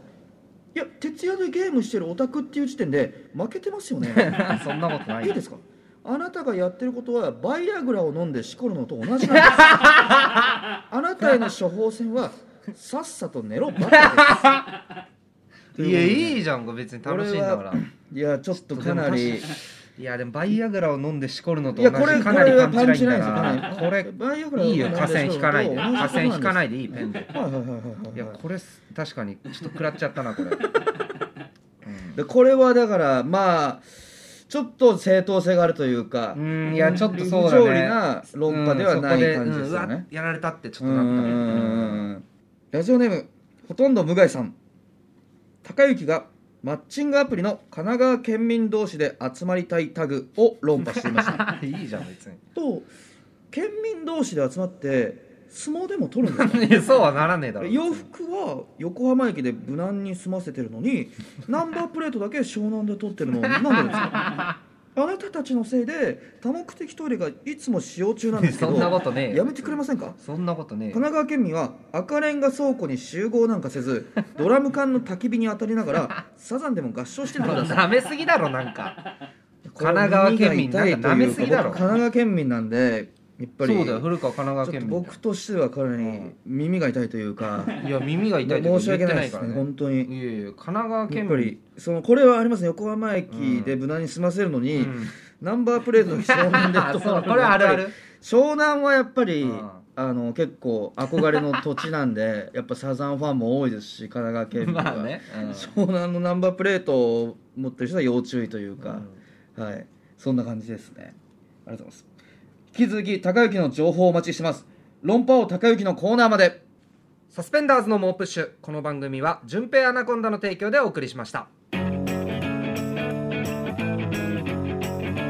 Speaker 2: いや徹夜でゲームしてるオタクっていう時点で負けてますよね
Speaker 1: そんなことない
Speaker 2: いい
Speaker 1: よ
Speaker 2: ですかあなたがやってることはバイアグラを飲んでしこるのと同じなんです あなたへの処方箋はさっさと寝ろバカで す
Speaker 1: いやいいじゃん別に楽しいんだから
Speaker 2: いやちょっとかなり
Speaker 1: いやでもバイアグラを飲んでしこるのと
Speaker 2: い
Speaker 1: 同
Speaker 2: や
Speaker 1: じ
Speaker 2: これ
Speaker 1: か
Speaker 2: こ
Speaker 1: なり
Speaker 2: れは
Speaker 1: パ
Speaker 2: パ
Speaker 1: ン
Speaker 2: ン
Speaker 1: チ
Speaker 2: チ
Speaker 1: ライ
Speaker 2: ライ
Speaker 1: ン
Speaker 2: ン
Speaker 1: だな
Speaker 2: ですよねこれ
Speaker 1: いいよ河川引かないで河川引かない
Speaker 2: で
Speaker 1: でいいペンで
Speaker 2: はいはいはいはいはい
Speaker 1: いやこれす確かにちょっと食らっちゃったなこれ、うん
Speaker 2: でこれはだからまあちょっと正当性があるというか、
Speaker 1: うんいやちょっとそうだね
Speaker 2: 理不条理な論破ではない感じですよ
Speaker 1: うんそこでうんうわ
Speaker 2: ね。
Speaker 1: やられたってちょっ
Speaker 2: う
Speaker 1: となったねうん
Speaker 2: んラジオネームほとんど無害さん高之がマッチングアプリの神奈川県民同士で集まりたいタグを論破していました
Speaker 1: いいじゃん別 に
Speaker 2: と県民同士で集まって相撲でも取るんですか
Speaker 1: いやそうはならねえだろ
Speaker 2: 洋服は横浜駅で無難に済ませてるの にナンバープレートだけ湘南で撮ってるのは何でですか あなたたちのせいで多目的トイレがいつも使用中なんですけ
Speaker 1: そ
Speaker 2: ど
Speaker 1: んなことねえ
Speaker 2: や
Speaker 1: よ
Speaker 2: めてくれませんか
Speaker 1: そんなことねえ
Speaker 2: 神
Speaker 1: よ
Speaker 2: 奈川県民は赤レンガ倉庫に集合なんかせずドラム缶の焚き火に当たりながらサザンでも合唱してるから です
Speaker 1: 舐めすぎだろなんか神奈川県民なんか舐めすぎだろ
Speaker 2: 神奈川県民なんでやっ
Speaker 1: そ
Speaker 2: ぱ
Speaker 1: う
Speaker 2: り
Speaker 1: だよ古川神
Speaker 2: ちょ
Speaker 1: 奈川
Speaker 2: っと
Speaker 1: 県民だ
Speaker 2: 僕としては彼に耳が痛いというか
Speaker 1: よいや耳 が痛いとか
Speaker 2: 申し
Speaker 1: 言っ
Speaker 2: 訳
Speaker 1: て
Speaker 2: な
Speaker 1: ないい
Speaker 2: で
Speaker 1: から
Speaker 2: すね
Speaker 1: ね
Speaker 2: 本当に
Speaker 1: いやいや神奈川
Speaker 2: やっ
Speaker 1: 県
Speaker 2: ぱ
Speaker 1: 民
Speaker 2: りそのこれはありますね横浜駅で無難に済ませるのに、
Speaker 1: うん
Speaker 2: ナンバープレートの湘 南で撮る
Speaker 1: そうこれはあるある
Speaker 2: 湘南はやっぱり、
Speaker 1: うん
Speaker 2: あの結構憧れの土地な んでやっぱサザンファン も多いですし神奈川県民は、
Speaker 1: まあね、うん
Speaker 2: 湘南のナンバープレートを持ってる人は要注意という
Speaker 1: う
Speaker 2: か、
Speaker 1: ん
Speaker 2: はいそんな感じですねありがとうございます引き続き高之の情報をお待ちしてます論破王高之のコーナーまで
Speaker 1: サスペンダーズの猛プッシュこの番組は順平アナコンダの提供でお送りしました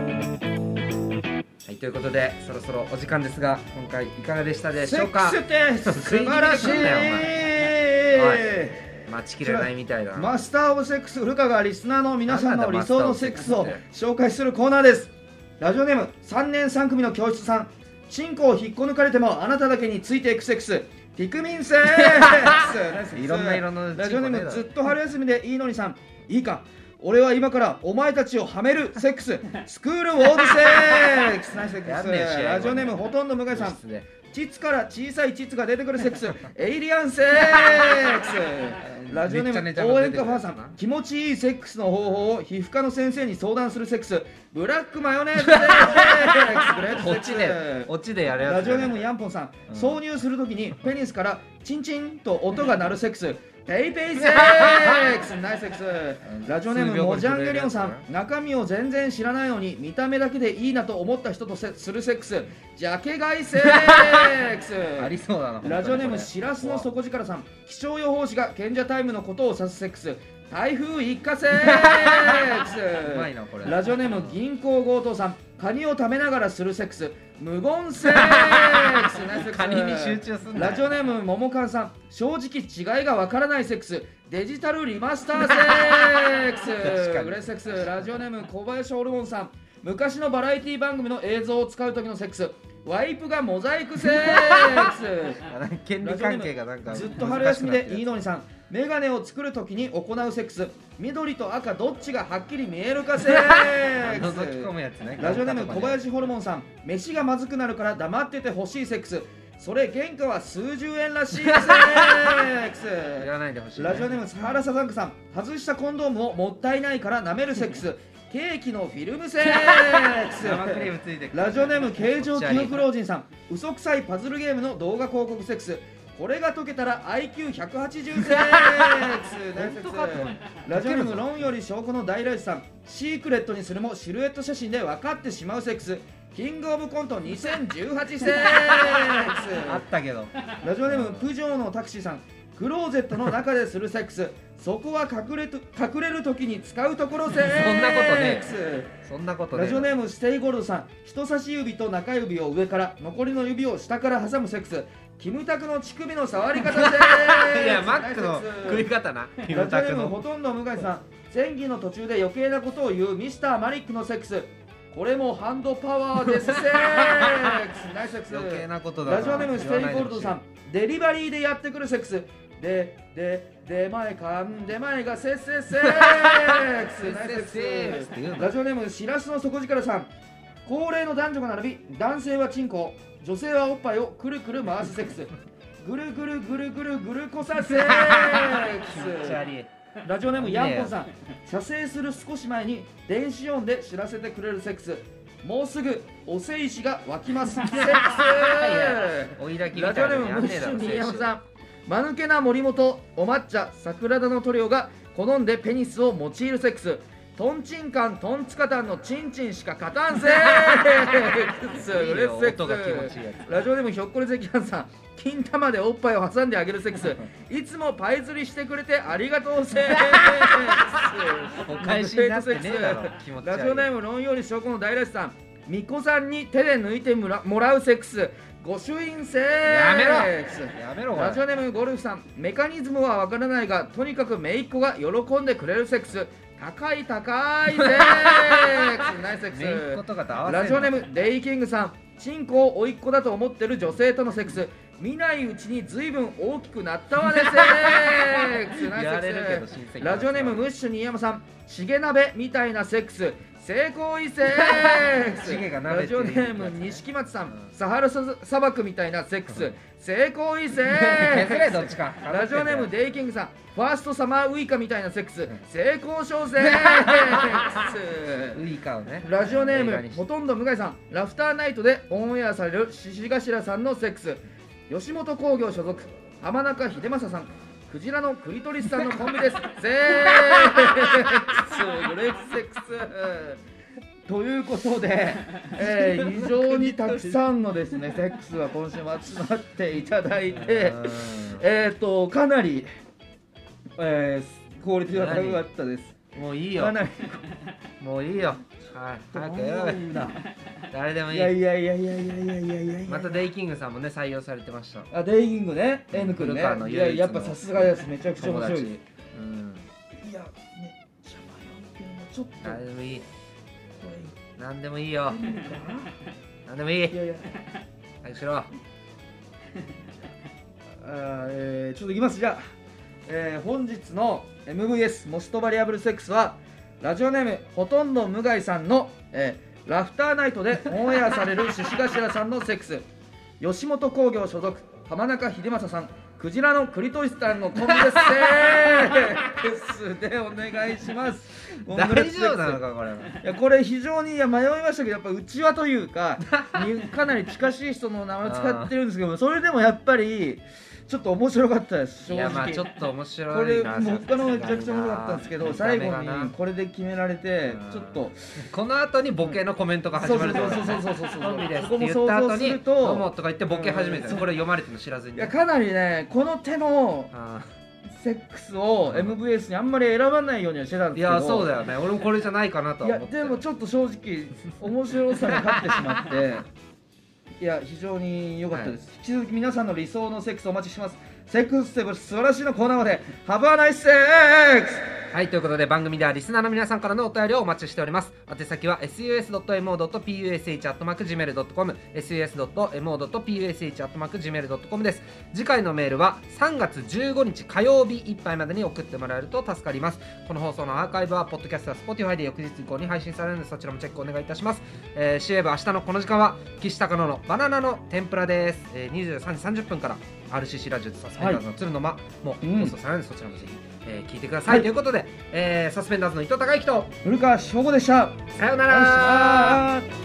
Speaker 1: はいということでそろそろお時間ですが今回いかがでしたでしょうか
Speaker 2: セックスって素晴らしい
Speaker 1: 食い気味で来んなよお前
Speaker 2: はい
Speaker 1: 待ちきれないみたいだな
Speaker 2: マスター・オブ・セックス古川がリスナーの皆さんの理想のセックスを紹介するコーナーですラジオネーム3年3組の教室さんチンコを引っこ抜かれてもあなただけについていくセッ クスピクミンセックス
Speaker 1: いろんな色の
Speaker 2: ラジオネー
Speaker 1: チンコねえだろ
Speaker 2: ムずっと春休みでいいのにさんいいか俺は今からお前たちをはめるセックススクールウォーズセックスナイスセ ッ
Speaker 1: や
Speaker 2: ク
Speaker 1: んねえ試合後に
Speaker 2: スラジオネームほとんど向井さん
Speaker 1: 教室で
Speaker 2: チツから小さいチツが出てくるセ ックスエイリアンセックスラジオネ
Speaker 1: めっちゃ
Speaker 2: ー
Speaker 1: ね
Speaker 2: ム応援歌ファン
Speaker 1: ち
Speaker 2: さ
Speaker 1: ゃんと出てくるやつなん
Speaker 2: 気持ちいいセックスの方法を皮膚科の先生に相談するセックスブラックマヨネーズセ ックスグレートセッ
Speaker 1: こっ
Speaker 2: クス
Speaker 1: ちでこっちでやるや
Speaker 2: ラ
Speaker 1: つ
Speaker 2: ジ
Speaker 1: だ
Speaker 2: オ
Speaker 1: ね
Speaker 2: ネームヤンポンさん、
Speaker 1: うん
Speaker 2: 挿入するときにペニスからチンチンと音が鳴るセックスペイペイセック スナイスセックスラジオネームモジャンゲリオンさん中身を全然知らないのに見た目だけでいいなと思った人とせするセックスジャケ買いセックス
Speaker 1: ありそうだな本当に
Speaker 2: ラジオネーム
Speaker 1: これ
Speaker 2: しらすの底力さん気象予報士が賢者タイムのことを指すセックス台風一過セックス
Speaker 1: うまいなこれ
Speaker 2: ラジオネーム銀行強盗さんカニを食べながらするセックス無言セックスナイスセックス
Speaker 1: カニに集中すんなよ
Speaker 2: ラジオネームももかんさん正直違いがわからないセックスデジタルリマスターセック
Speaker 1: 確か
Speaker 2: ス
Speaker 1: に
Speaker 2: グレーセックスラジオネーム小林ホルモンさん昔のバラエティ番組の映像を使う時のセックスワイプがモザイクセックス
Speaker 1: あなんか権利関係がなんか
Speaker 2: ずっと春休みでいい
Speaker 1: の
Speaker 2: のにさんメガネを作るときに行うセックス緑と赤どっちがはっきり見えるかセ ック
Speaker 1: 覗き込む
Speaker 2: ス
Speaker 1: やつね
Speaker 2: ラジオネーム小林ホルモンさん飯がまずくなるから黙っててほしいセックスそれ原価は数十円らしいセック
Speaker 1: やら
Speaker 2: ス
Speaker 1: ないでほしいね
Speaker 2: ラジオネームサハラサザンクさん外したコンドームをもったいないから舐めるセック スケーキのフィルムセックス
Speaker 1: 生クリームついてくる
Speaker 2: ラジオネーム形状記憶老人さん嘘くさいパズルゲームの動画広告セックスこれが解けたら IQ180 セックス大セック
Speaker 1: 本当
Speaker 2: ス
Speaker 1: かと思う
Speaker 2: ラジオネーム論より証拠の大来さんシークレットにするもシルエット写真で分かってしまうセックスキングオブコント2018セックス
Speaker 1: あったけど
Speaker 2: ラジオネームプジョーのタクシーさんクローゼットの中でするセックスそこは隠れと隠れる時に使うところセックス
Speaker 1: そんなことねそんなことね
Speaker 2: ラジオネームステイゴルドさん人差し指と中指を上から残りの指を下から挟むセックスキムタクの乳首の触り方です
Speaker 1: いやマックの食い方なキムタ
Speaker 2: ラジ
Speaker 1: ク
Speaker 2: オネーム
Speaker 1: の
Speaker 2: ほとんど向井さん前儀の途中で余計なことを言うミスターマリックのセックスこれもハンドパワーですセックスナイスセックス
Speaker 1: 余計なことだな
Speaker 2: ラジオネームステイゴルドさんデリバリーでやってくるセックスでで出前かん出前がせっせっせックスナイス
Speaker 1: せ
Speaker 2: セ
Speaker 1: っせっせ
Speaker 2: ッ
Speaker 1: っ
Speaker 2: ク
Speaker 1: つ
Speaker 2: ス
Speaker 1: って言うの
Speaker 2: ラジオネームしらすの底力さん高齢の男女が並び男性はチンコ女性はおっぱいをくるくる回すセックスぐるぐるぐるぐるぐるこさセッ
Speaker 1: 気
Speaker 2: ク
Speaker 1: 持ち悪
Speaker 2: ス
Speaker 1: い
Speaker 2: ラジオネームヤンポンさん射精する少し前に電子音で知らせてくれるセックスもうすぐお精子が湧きますセックス
Speaker 1: 追いだきみた
Speaker 2: ラ
Speaker 1: い
Speaker 2: ジオ
Speaker 1: な
Speaker 2: ネ
Speaker 1: の
Speaker 2: ー
Speaker 1: や
Speaker 2: ム
Speaker 1: ん
Speaker 2: ム
Speaker 1: ね
Speaker 2: ッ
Speaker 1: え
Speaker 2: シ
Speaker 1: だ
Speaker 2: ュ
Speaker 1: ろ
Speaker 2: 新山
Speaker 1: 選
Speaker 2: さん間抜けな森本お抹茶桜田のトリオが好んでペニスを用いるセックストンチンカントンツカタンのチンチンしか勝たんセ
Speaker 1: いいよ音
Speaker 2: ックスうれしいセックス
Speaker 1: が気持ちいいや
Speaker 2: ラジオでもひょっこり関庵さん金玉でおっぱいを挟んであげるセックスいつもパイ釣りしてくれてありがとうセックス
Speaker 1: 手お返しになってねえだろ気持ち悪い
Speaker 2: ラジオネーム論より証拠の大lesさん巫女さんに手で抜いてもらもらうセックス御朱印セ
Speaker 1: やめろ
Speaker 2: ックス
Speaker 1: やめろこれ
Speaker 2: ラジオネームゴルフさんメカニズムはわからないがとにかく姪っ子が喜んでくれるセックス高い高いセック スナイスセックス
Speaker 1: めいっ子とかと合わせんの
Speaker 2: ラジオネームデイキングさんチンコを甥っ子だと思ってる女性とのセックス見ないうちに随分大きくなったわねセック スナイスセ
Speaker 1: や
Speaker 2: ックス
Speaker 1: れるけど親戚
Speaker 2: ラジオネームムッシュ新山さん茂鍋みたいなセックス成功異性ラ
Speaker 1: 茂が鍋って
Speaker 2: ジオネーム錦松さん、サハラ砂砂漠みたいなセックス成功異性
Speaker 1: 削れどっちか
Speaker 2: ラジオネームデイキングさんファーストサマーウイカみたいなセックス成功小生
Speaker 1: ウイカをね
Speaker 2: ラジオネー
Speaker 1: 映画に
Speaker 2: ム
Speaker 1: し
Speaker 2: ほとんど向井さんラフターナイトでオンエアされる獅子頭さんのセックス吉本興業所属浜中秀正さんクジラのクリトリスさんのコン ビですセックスグレープセックスということで、えー非常にたくさんのですねセックスは今週も集まっていただいて
Speaker 1: うん
Speaker 2: えっとかなり、えークオリティが高かったです
Speaker 1: もういいよ
Speaker 2: かなり
Speaker 1: もういいよはい早くやろうよ誰でもい
Speaker 2: い
Speaker 1: い
Speaker 2: やいやいやいやいやいやいやいやいや
Speaker 1: またデイキングさんもね採用されてました
Speaker 2: あデイキングね N 君ね
Speaker 1: 古川の
Speaker 2: い
Speaker 1: 唯一
Speaker 2: や
Speaker 1: の
Speaker 2: やっぱさすがですめちゃくちゃ面
Speaker 1: 友
Speaker 2: 白い
Speaker 1: 達
Speaker 2: い
Speaker 1: うん
Speaker 2: やねシャバヨン君もちょっと
Speaker 1: 誰でもいい
Speaker 2: こ
Speaker 1: 何でもいいよ
Speaker 2: れいいのか
Speaker 1: 何でもいい
Speaker 2: ないやいや
Speaker 1: 早くしろ
Speaker 2: あーえーちょっといきますじゃあ、えー本日の MVS モストバリアブルセックスはラジオネームほとんど無害さんの、えーラフターナイトでオンエアされる獅子頭さんのセックス吉本興業所属浜中秀正さんクジラのクリトリスさんのコンビです セックスでお願いします
Speaker 1: 大丈夫なのかこれはい
Speaker 2: やこれ非常にいや迷いましたけどやっぱうちわという かにかなり近しい人の名前を使ってるんですけどそれでもやっぱりちょっと面白かったです正
Speaker 1: い
Speaker 2: 直
Speaker 1: やまあちょっと面
Speaker 2: こ
Speaker 1: 白
Speaker 2: れ
Speaker 1: いな
Speaker 2: もう他のめちゃくちゃ面白かったんですけど
Speaker 1: 見た目
Speaker 2: 最後
Speaker 1: がな
Speaker 2: にこれで決められてちょっと
Speaker 1: この後にボケのコメントが始まるってこと
Speaker 2: そうそうそうそうそうそう
Speaker 1: コンビですっ
Speaker 2: ここ
Speaker 1: て
Speaker 2: も
Speaker 1: 言った後
Speaker 2: 想像す
Speaker 1: に
Speaker 2: る
Speaker 1: 「
Speaker 2: と
Speaker 1: どうも」とか言ってボケ始めた
Speaker 2: うん
Speaker 1: のこれ読まれてるの知らずに
Speaker 2: い
Speaker 1: ね
Speaker 2: やかなりねこの手の
Speaker 1: あ
Speaker 2: セックスを MVS にあんまり選ばないようにはしてた
Speaker 1: ーい
Speaker 2: んですけど
Speaker 1: やそうだよね俺もこれじゃないかなと
Speaker 2: い
Speaker 1: は
Speaker 2: や
Speaker 1: 思って
Speaker 2: でもちょっと正直面白さが勝ってしま っていや非常に良かったです、引き続き皆さんの理想のセックスお待ちしてますセックスセブ素晴らしいのコーナーまでハバーナイスセックス
Speaker 1: はいということで番組ではリスナーの皆さんからのお便りをお待ちしております宛先は sus.mo.push.gmail.com sus.mo.push.gmail.com です次回のメールは3月15日火曜日いっぱいまでに送ってもらえると助かりますこの放送のアーカイブはポッドキャストや Spotify で翌日以降に配信されるのでそちらもチェックお願いいたします、えー、CA 部明日のこの時間は岸高野のバナナの天ぷらです、えー、23時30分から RCC ラジオでサスペンダーズの鶴の間も
Speaker 2: うん
Speaker 1: 放送されるのでそちらもぜひえー聞いてください、ということで、えーサスペンダーズの伊藤孝之と
Speaker 2: 古川翔吾でした
Speaker 1: さような
Speaker 2: お願いし
Speaker 1: ら
Speaker 2: ます